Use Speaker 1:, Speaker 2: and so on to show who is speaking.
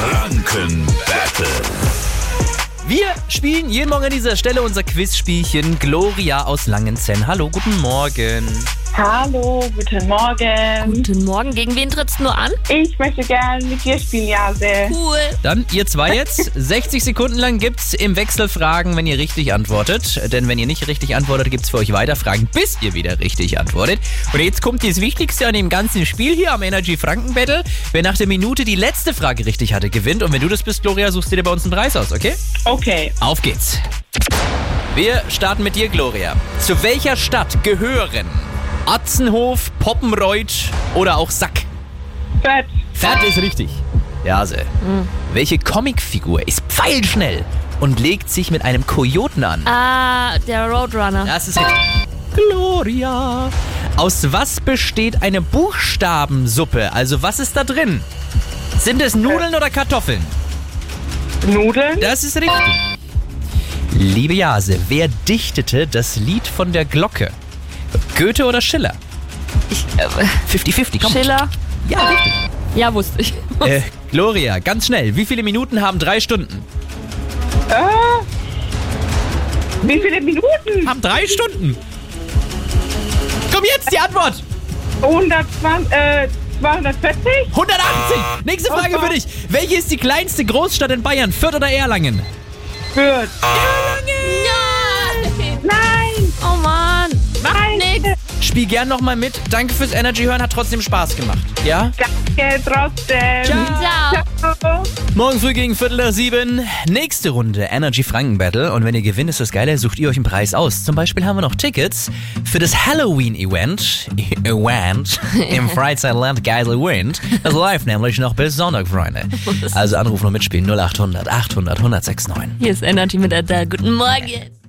Speaker 1: Franken Battle.
Speaker 2: Wir spielen jeden Morgen an dieser Stelle unser Quizspielchen Gloria aus Langenzenn. Hallo, guten Morgen.
Speaker 3: Hallo, guten Morgen.
Speaker 4: Guten Morgen. Gegen wen trittst du nur an?
Speaker 3: Ich möchte gerne mit dir spielen, Jase.
Speaker 4: Cool.
Speaker 2: Dann ihr zwei jetzt. 60 Sekunden lang gibt's im Wechsel Fragen, wenn ihr richtig antwortet. Denn wenn ihr nicht richtig antwortet, gibt's für euch weiter Fragen, bis ihr wieder richtig antwortet. Und jetzt kommt das Wichtigste an dem ganzen Spiel hier am Energy Franken Battle. Wer nach der Minute die letzte Frage richtig hatte, gewinnt. Und wenn du das bist, Gloria, suchst du dir bei uns einen Preis aus, okay?
Speaker 3: Okay,
Speaker 2: Auf geht's. Wir starten mit dir, Gloria. Zu welcher Stadt gehören Atzenhof, Poppenreuth oder auch Sack?
Speaker 3: Fett.
Speaker 2: Fett ist richtig. Hm. Jase. Welche Comicfigur ist pfeilschnell und legt sich mit einem Kojoten an?
Speaker 4: Ah, der Roadrunner.
Speaker 2: Das ist richtig. Gloria. Aus was besteht eine Buchstabensuppe? Also was ist da drin? Sind es Nudeln oder Kartoffeln?
Speaker 3: Nudeln.
Speaker 2: Das ist richtig. Liebe Jase, wer dichtete das Lied von der Glocke? Goethe oder Schiller?
Speaker 4: Ich, äh,
Speaker 2: 50-50, komm.
Speaker 4: Schiller.
Speaker 2: Ja, richtig.
Speaker 4: Ja, wusste ich.
Speaker 2: Äh, Gloria, ganz schnell. Wie viele Minuten haben drei Stunden?
Speaker 3: Äh, wie viele Minuten?
Speaker 2: Haben drei Stunden. Komm jetzt, die Antwort.
Speaker 3: 120, äh, 240?
Speaker 2: 180. Nächste Frage für dich. Welche ist die kleinste Großstadt in Bayern? Fürth oder Erlangen?
Speaker 3: Wird.
Speaker 4: Nein.
Speaker 3: Nein,
Speaker 4: Oh Mann.
Speaker 3: nein.
Speaker 4: Nix.
Speaker 2: Spiel gern nochmal mit. Danke fürs Energy hören, hat trotzdem Spaß gemacht. Ja?
Speaker 3: Danke trotzdem.
Speaker 4: Ciao.
Speaker 3: Ciao.
Speaker 2: Morgen früh gegen Viertel nach sieben. Nächste Runde Energy Franken Battle. Und wenn ihr gewinnt, ist das Geile, sucht ihr euch einen Preis aus. Zum Beispiel haben wir noch Tickets für das Halloween-Event Event im Freizeitland Geiselwind. Das läuft nämlich noch bis Sonntag, Freunde. Also anrufen und mitspielen 0800 800 1069.
Speaker 4: Hier ist Energy mit Adele. Guten Morgen.